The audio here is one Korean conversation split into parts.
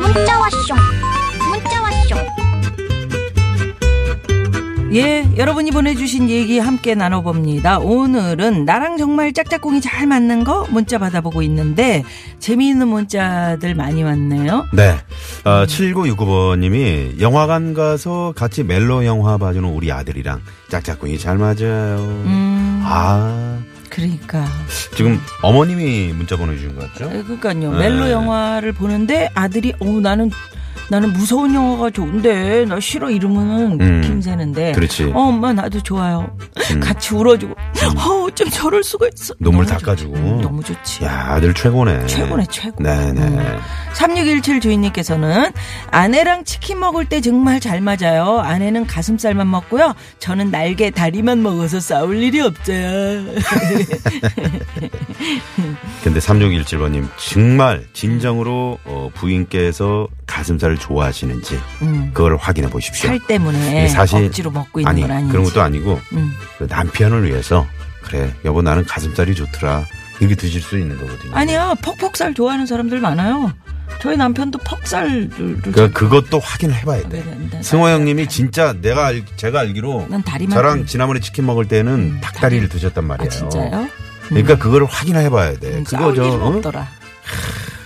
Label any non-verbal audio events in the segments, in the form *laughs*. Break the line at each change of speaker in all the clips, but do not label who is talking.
문자 왔쇼 문자 왔쇼
예, 여러분이 보내주신 얘기 함께 나눠봅니다. 오늘은 나랑 정말 짝짝꿍이 잘 맞는 거 문자 받아보고 있는데 재미있는 문자들 많이 왔네요.
네. 어, 7969번님이 영화관 가서 같이 멜로 영화 봐주는 우리 아들이랑 짝짝꿍이 잘 맞아요.
음,
아,
그러니까.
지금 어머님이 문자 보내주신 것 같죠?
그러니까요.
네.
멜로 영화를 보는데 아들이 어 나는 나는 무서운 영화가 좋은데 나 싫어 이러면은
음,
김새는데
그렇지. 음.
어, 엄마 나도 좋아요. 같이 울어주고 어 어쩜 저럴 수가 있어.
눈물
너무 좋-
닦아주고.
음, 너무 좋지.
야, 아들 최고네.
최고네, 최고.
네네.
음. 3617 주인님께서는 아내랑 치킨 먹을 때 정말 잘 맞아요. 아내는 가슴살만 먹고요. 저는 날개 다리만 먹어서 싸울 일이 없어요.
그렇죠. 근데 3617번님, 정말 진정으로 어, 부인께서 가슴살을 좋아하시는지
음,
그걸 확인해 보십시오.
살 때문에
이게 사실
억지로 먹고 있는
아니,
건 아니지.
그런 것도 아니고
음.
그 남편을 위해서 그래 여보 나는 가슴살이 좋더라 이렇게 드실 수 있는 거거든요.
아니야, 퍽퍽살 좋아하는 사람들 많아요. 저희 남편도 퍽살을
그러니까 그것도 확인을 해봐야
네, 네, 네.
돼. 승호 형님이 진짜 내가 알, 제가 알기로
난 다리만
저랑
먹-
지난번에 치킨 먹을 때는
음,
닭다리를 드셨단 말이에요.
아, 진짜요?
그러니까 그걸 확인해봐야 돼.
음,
그거
싸울
저
일은
어?
없더라.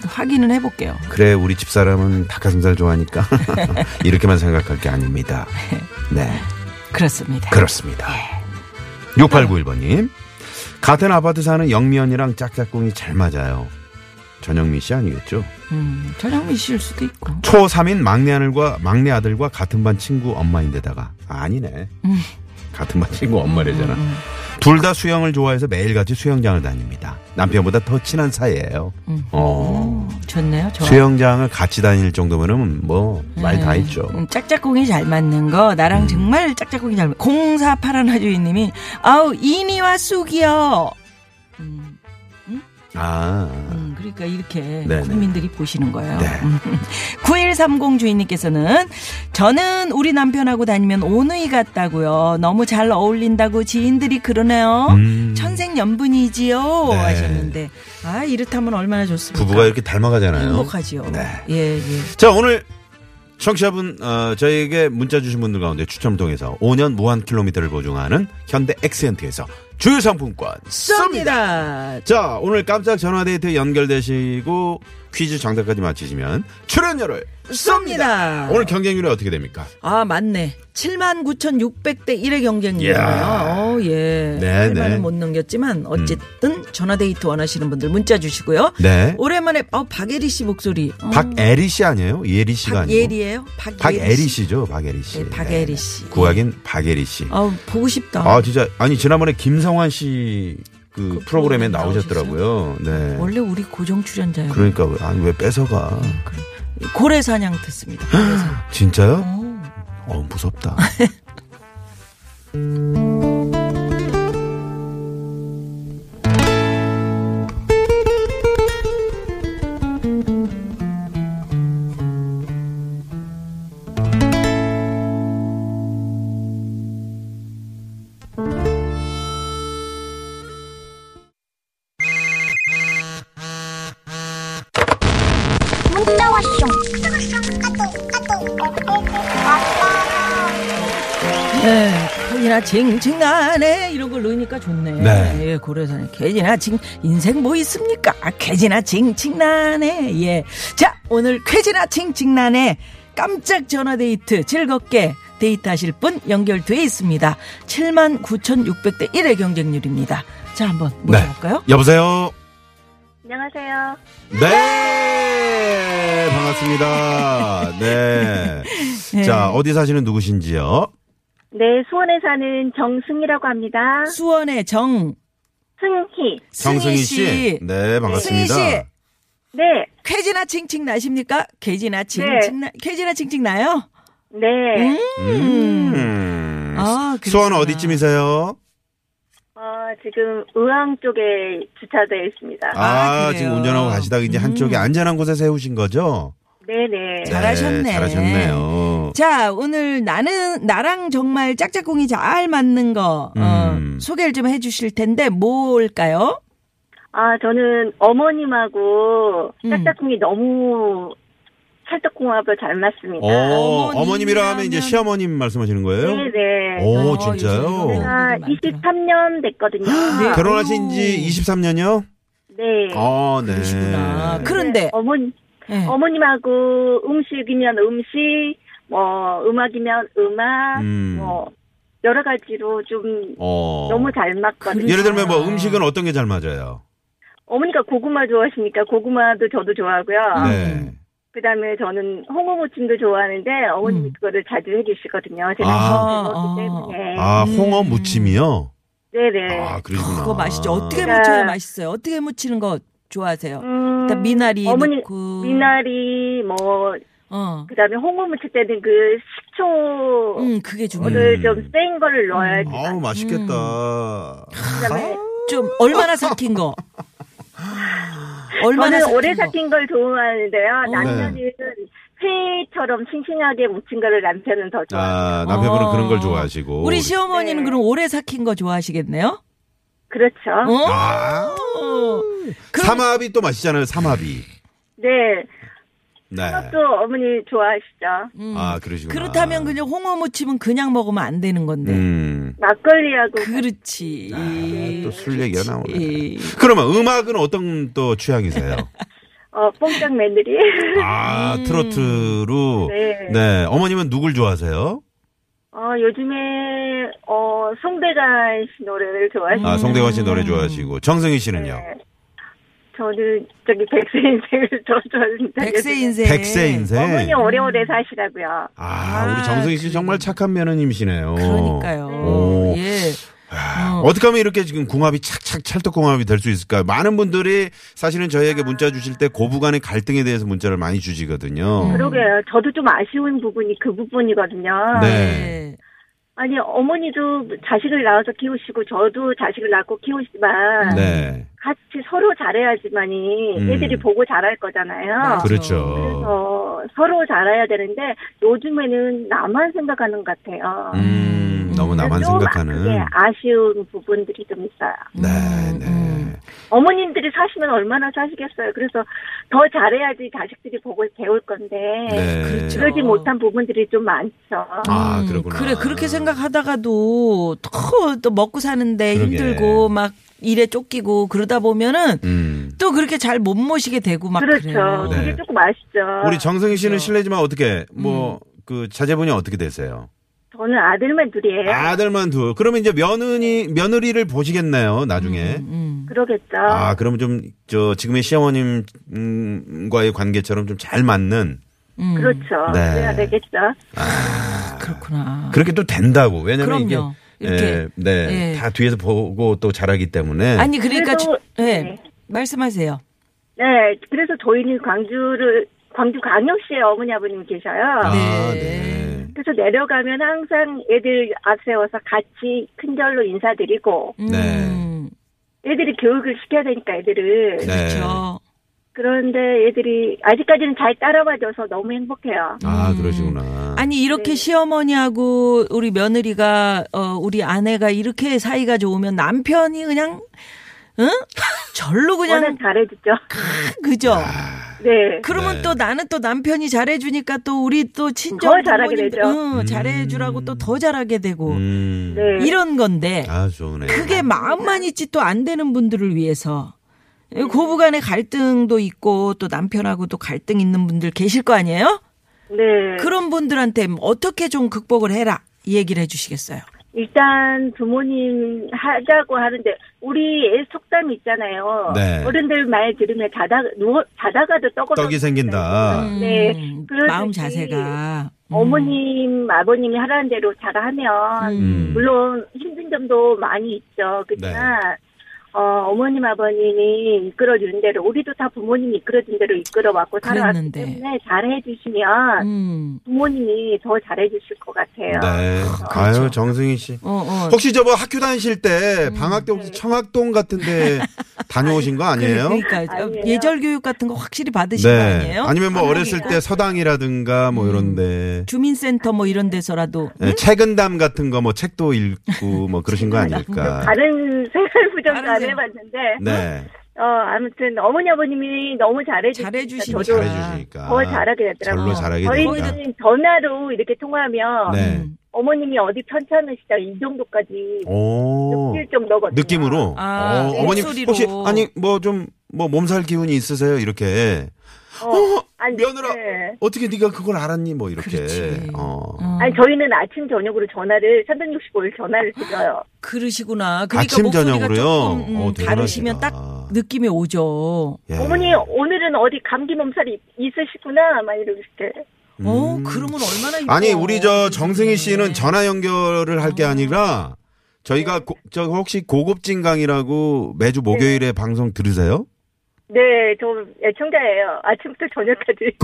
확인은 해볼게요.
그래 우리 집 사람은 닭가슴살 좋아하니까 *laughs* 이렇게만 생각할
*laughs*
게 아닙니다. 네
그렇습니다.
그렇습니다.
예.
6891번님 같은 아파트 사는 영미 언니랑 짝짝꿍이 잘 맞아요. 전영미 씨 아니겠죠?
음, 전영미 씨일 수도 있고.
초3인 막내 아들과 막내 아들과 같은 반 친구 엄마인데다가 아, 아니네.
음.
같은 반 친구 엄마래잖아. 둘 다 수영을 좋아해서 매일같이 수영장을 다닙니다. 남편보다 더 친한 사이예요. 어.
음. 좋네요. 좋아.
수영장을 같이 다닐 정도면은 뭐 말 다
네.
했죠. 음.
음, 짝짝꿍이 잘 맞는 거 나랑 정말 짝짝꿍이 잘 맞. 0481 주인님이 아우 이니와 쑥이요. 음,
아.
음, 그러니까 이렇게
네.
국민들이 보시는 거예요.
네.
음. 9130 주인님께서는 저는 우리 남편하고 다니면 오누이 같다고요. 너무 잘 어울린다고 지인들이 그러네요.
음.
천생연분이지요
네.
하셨는데 아 이렇다면 얼마나 좋습니까?
부부가 이렇게 닮아가잖아요.
행복하지요.
네.
예 예.
자, 오늘 청취자분 어, 저에게 문자 주신 분들 가운데 추첨을 통해서 5년 무한 킬로미터를 보증하는 현대 엑센트에서 주유 상품권
쏩니다.
자, 오늘 깜짝 전화데이트 연결되시고 퀴즈 정답까지 맞히시면 출연료를
쏩니다.
오늘 경쟁률이 어떻게 됩니까?
아, 맞네. 79,600대 1의
이야.
경쟁률이에요. 어, 예.
네,
할
네. 음.
말은 못 넘겼지만 어쨌든 전화 데이트 원하시는 분들 문자 주시고요.
네.
오랜만에 어, 박예리 씨 목소리. 어,
박애리 씨 아니에요? 예리 씨가 아니고.
박예리예요? 박예리.
박애리
씨.
씨죠, 박애리 씨.
네, 박예리 씨.
구하긴 박애리 씨.
어, 보고 싶다.
아, 진짜 아니 지난번에 김성환 씨 그 프로그램에 나오셨더라고요. 네.
원래 우리 고정 출연자예요.
그러니까 왜- 아니 왜 뺏어가?
그렇죠. 그래. 고래 사냥 듣습니다. 고래 사냥.
진짜요?
어.
어, 무섭다.
문자 왔쇼 까똑 까똑
네, 괜히나 징징하네 이런 걸 넣으니까 좋네.
네.
예, 고려사는 괜히나 징 인생 뭐 있습니까? 아, 괜히나 징징나네. 예, 자 오늘 쾌지나 징징나네 깜짝 전화 데이트 즐겁게 데이트하실 분 연결돼 있습니다. 79,600대 1의 경쟁률입니다. 자 한번
네.
모셔볼까요?
여보세요.
안녕하세요.
네. 반갑습니다. 네.
*laughs*
자, 어디 사시는 누구신지요?
네, 수원에 사는 정승희라고 합니다.
수원의 정
승희.
승희
정승희 씨. 네, 반갑습니다.
승희 씨.
네,
쾌지나 징징 나십니까? 쾌지나 징징 나 쾌지나 징징 나요?
네.
음.
아,
수원
그렇구나.
어디쯤이세요?
어, 아, 지금 의왕 쪽에 주차되어 있습니다.
아,
아, 그래요. 음.
지금 운전하고 가시다가 이제 한쪽에 안전한 곳에 세우신 거죠?
네네.
잘하셨네.
잘하셨네요.
자, 오늘 나는, 나랑 정말 짝짝꿍이 잘 맞는 거, 어,
음.
소개를 좀 해주실 텐데, 뭘까요?
아, 저는 어머님하고
음.
짝짝꿍이 너무 찰떡궁합을 잘 맞습니다.
어,
어머님이라면-
어머님이라 하면 이제 시어머님 말씀하시는 거예요?
네네.
오,
어, 요즘
진짜요?
이런
제가
어머님이
23년 됐거든요.
네.
결혼하신 지 23년이요?
네.
어, 네.
그러시구나. 그런데,
어머니,
예.
어머님하고 음식이면 음식, 뭐, 음악이면 음악,
음.
뭐, 여러 가지로 좀
어.
너무 잘 맞거든요.
예를 들면
그렇죠.
뭐 음식은 어떤 게 잘 맞아요?
어머니가 고구마 좋아하시니까 고구마도 저도 좋아하고요.
네.
그다음에 저는 홍어무침도 좋아하는데 어머님이
음.
그거를 자주 해주시거든요. 제가
아.
먹기 때문에.
아, 홍어 무침이요?
네네.
아, 그러시구나.
그거 맛있죠. 어떻게
네.
무쳐야 맛있어요? 어떻게 무치는 거 좋아하세요?
음,
일단 그러니까 미나리
어머니,
넣고.
미나리 뭐
어.
그다음에 홍어무침 때는 그 식초를
음, 그게 중요해요.
음.
좀 센 거를 넣어야지.
아우, 맛있겠다.
그다음에
좀, 얼마나 삭힌 거? 얼마나
저는 오래
거?
삭힌 걸 좋아하는데요.
어. 네.
남편은 회처럼 싱싱하게 무친 거를 남편은 더 좋아해요.
아, 남편분은
어.
그런 걸 좋아하시고.
우리 시어머니는
네.
그럼 오래 삭힌 거 좋아하시겠네요?
그렇죠.
어?
아,
그럼-
삼합이 또 맛있잖아요, 삼합이.
네.
네.
또 어머니 좋아하시죠.
음.
아, 그러시구나.
그렇다면 그냥 홍어 무침은 그냥 먹으면 안 되는 건데.
음.
막걸리하고
그렇지.
아, 또 술 얘기가 나오네.
예.
그러면 음악은 어떤 또 취향이세요?
어, 뽕짝 며느리. *laughs*
아,
음.
트로트로.
네.
어머님은 누굴 좋아하세요?
어, 요즘에, 어, 송대관 씨 노래를 좋아해요.
음.
아, 송대관 씨 노래 좋아하시고. 정승희 씨는요?
저는 저기 백세 인생을 *laughs* 더 좋아합니다.
백세
요즘에.
인생.
백세 인생.
어머니 오래오래 사시라고요.
아, 우리 정승희 씨 정말 착한 며느님이시네요.
그러니까요.
오.
예.
아, 어떻게 하면 이렇게 지금 궁합이 착착 찰떡궁합이 될 수 있을까요? 많은 분들이 사실은 저희에게 문자 주실 때 고부간의 갈등에 대해서 문자를 많이 주시거든요.
그러게요. 저도 좀 아쉬운 부분이 그 부분이거든요.
네.
예.
아니, 어머니도 자식을 낳아서 키우시고, 저도 자식을 낳고 키우지만,
네.
같이 서로 잘해야지만이
음.
애들이 보고 잘할 거잖아요.
맞아.
그렇죠.
그래서 어, 서로 잘해야 되는데 요즘에는 나만 생각하는 것 같아요.
음, 너무 나만
좀 그게
생각하는.
아쉬운 부분들이 좀 있어요.
네, 네.
음.
어머님들이 사시면 얼마나 사시겠어요. 그래서 더 잘해야지 자식들이 보고 배울 건데
네.
그러지
어.
못한 부분들이 좀 많죠.
아,
음,
그러구나.
그래 그렇게 생각하다가도 더, 또 먹고 사는데
그러게.
힘들고 막 일에 쫓기고 그러다 보면은
음.
또 그렇게 잘 못 모시게 되고 막
그렇죠.
그래요.
네.
그게 조금 아쉽죠.
우리 정승희 씨는 실례지만 어떻게 뭐 그 자제분이 어떻게 되세요?
저는 아들만 둘이에요.
아들만 둘. 그러면 이제 며느리 며느리를 보시겠네요 나중에.
음.
그러겠죠.
아 그러면 좀 저 지금의 시어머님과의 관계처럼 좀 잘 맞는
음.
그렇죠.
네.
그래야 되겠죠.
그렇구나.
그렇게 또 된다고 왜냐면
그럼요.
이게
이렇게.
예, 네,
예.
다 뒤에서 보고 또 잘하기 때문에
아니 그러니까
그래도-
주- 예.
네.
말씀하세요.
네, 그래서 저희는 광주를 광주 광역시에 어머니 아버님 계셔요.
아,
네.
네.
그래서 내려가면 항상 애들 앞세워서 같이 큰절로 인사드리고
음.
네.
애들이 교육을 시켜야 되니까 애들을
네.
그렇죠.
그런데 애들이 아직까지는 잘 따라와줘서 너무 행복해요.
아 그러시구나.
음. 아니 이렇게
네.
시어머니하고 우리 며느리가 어 우리 아내가 이렇게 사이가 좋으면 남편이 그냥 응? *laughs* 절로
워낙
그냥
잘해주죠.
그죠.
네.
그러면
아, 네.
또 나는 또 남편이 잘해주니까 또 우리 또 친정
더 잘하게
부모님들,
되죠.
응, 잘해주라고 또 더 잘하게 되고
음.
네.
그 이런 건데
아 좋네.
그게 마음만 있지 또 안 되는 분들을 위해서 그
음.
고부간의 갈등도 있고 또 남편하고 또 갈등 있는 분들 계실 거 아니에요?
네.
그런 분들한테 어떻게 좀 극복을 해라 이 얘기를 해주시겠어요?
일단 부모님 하자고 하는데 우리 애 속담 있잖아요.
네.
어른들 말 들으면 자다 누워 자다가도 떡을
떡이 생긴다.
네.
음,
그러듯이
마음 자세가 음.
어머님, 아버님이 하라는 대로 잘 하면,
음. 네.
물론 힘든 점도 많이 있죠. 그렇지만, 어, 어머님 아버님이 이끌어주는 대로 우리도 다 부모님이 이끌어준 대로 이끌어왔고 살아왔기
그랬는데.
때문에 잘해주시면
음.
부모님이 더 잘해주실 것 같아요.
네. 아유, 정승희 씨.
어, 그렇죠. 어. 음.
혹시 저 뭐 학교 다니실 때 방학 때 혹시 청학동
*laughs*
같은 데 다녀오신 거 아니에요?
그러니까
아니에요.
예절 교육 같은 거 확실히 받으신 거 아니에요? 음.
아니면 뭐 어렸을 때 서당이라든가 뭐 이런데
주민센터 뭐 이런 데서라도
예, 책은담 같은 거 뭐 책도 읽고 뭐 그러신 거 아닐까.
다른 *laughs* 생활 부정도
다른
안
생-
해봤는데
네.
어 아무튼 어머니 아버님이 너무 잘해주시니까
잘해주시니까.
저도
잘해주시니까.
더 잘하게 되더라고요.
절로 잘하게 된다.
저희는 전화로 이렇게 통화하면
네.
음.
어머님이 어디 편찮으시다 이 정도까지
오.
느낄 정도거든요.
느낌으로.
아,
어, 어머님
목소리로.
혹시 아니 뭐 좀 뭐 몸살 기운이 있으세요? 이렇게.
어,
어,
아니,
며느라
네.
어떻게 네가 그걸 알았니? 뭐 이렇게.
그렇지. 음.
어.
아니 저희는 아침 저녁으로 전화를 365일 전화를 드려요.
그러시구나. 그러니까
아침,
목소리가
저녁으로요?
조금, 음,
어, 대단하시다.
다르시면 딱 느낌이 오죠.
예.
어머니 오늘은 어디 감기 몸살이 있으시구나 막 이렇게
어,
음.
그러면 얼마나 이뻐. 네.
아니 우리 저 정승희 씨는 전화 연결을 할 게 아니라 저희가 고- 저 혹시 고급진강이라고 매주
네.
목요일에 방송 들으세요?
네, 저 애청자예요. 아침부터 저녁까지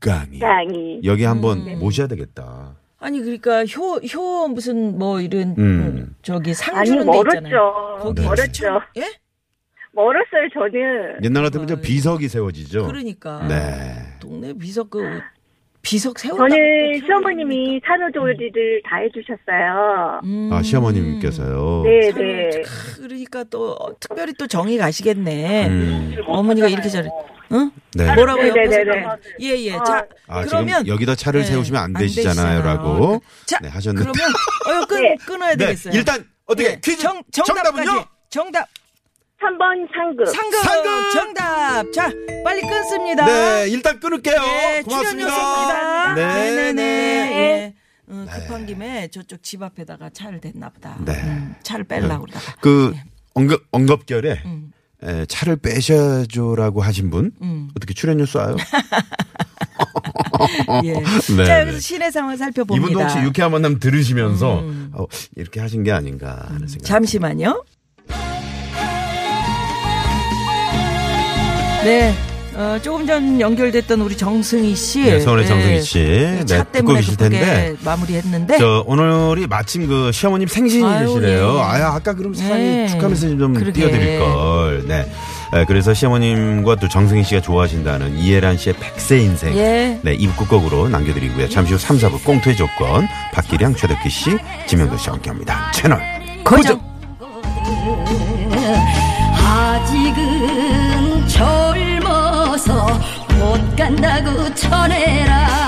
고급진강이
강의.
여기 한번
음.
모셔야 되겠다.
아니 그러니까 효, 효 무슨 뭐 이런 그
음.
저기 상
아니
주는 데 있잖아요.
멀었죠.
네.
거기
멀었죠.
예?
멀었어요 저는.
옛날 같으면 저 비석이 세워지죠.
음. 그러니까.
네.
동네 비석 그 비석 세운다.
저는 시어머님이 산후조리를 다 해주셨어요.
음.
아 시어머님께서요.
네,
네.
네.
그러니까 또 어, 특별히 또 정이 가시겠네.
음,
어머니가 이렇게 잘해. 응?
네.
뭐라고
네,
옆에서
네, 네,
그러면, 예, 예.
어.
자,
아,
그러면
지금 여기다 차를
네,
세우시면 안
안 되시잖아요.
되시잖아요라고
자,
네, 하셨는데.
그러면 어여 끊
네.
끊어야
네,
되겠어요.
일단 어떻게
네,
퀴즈
정, 정답까지.
정답은요?
정답.
3번 상급.
상금.
상금!
정답. 자, 빨리 끊습니다.
네, 일단 끊을게요.
네,
고맙습니다.
출연료입니다.
네,
네, 네,
네.
네. 예. 어, 급한 김에 저쪽 집 앞에다가 차를 댔나 보다.
네.
음, 차를 빼려고 그러다가.
그 언급 언급결에
음.
에, 차를 빼셔줘라고 하신 분 어떻게 출연료 쏴요?
예.
네,
자,
네.
여기서 시내 상황 살펴봅니다. 음.
이분도 혹시 유쾌한 만남 들으시면서 어, 이렇게 하신 게 아닌가 하는 생각.
잠시만요. 네. 어, 조금 전 연결됐던 우리 정승희 씨.
네, 서울의 정승희 씨.
차
네, 듣고
때문에
계실
급하게
텐데.
마무리했는데.
저 오늘이 마침 그 시어머님 생신이시래요.
아유, 예.
아야 아까 그럼 사랑이
예.
축하 메시지 좀
그러게.
띄워드릴 걸. 네. 에, 그래서 시어머님과 또 정승희 씨가 좋아하신다는 이예란 씨의 백세 인생.
예.
네, 2부 끝곡으로 남겨드리고요. 잠시 후 3, 4부 꽁투의 조건, 박기량, 최덕기 씨, 지명도 씨와 함께합니다. 채널
고정.
아직은 젊어서 못 간다고 전해라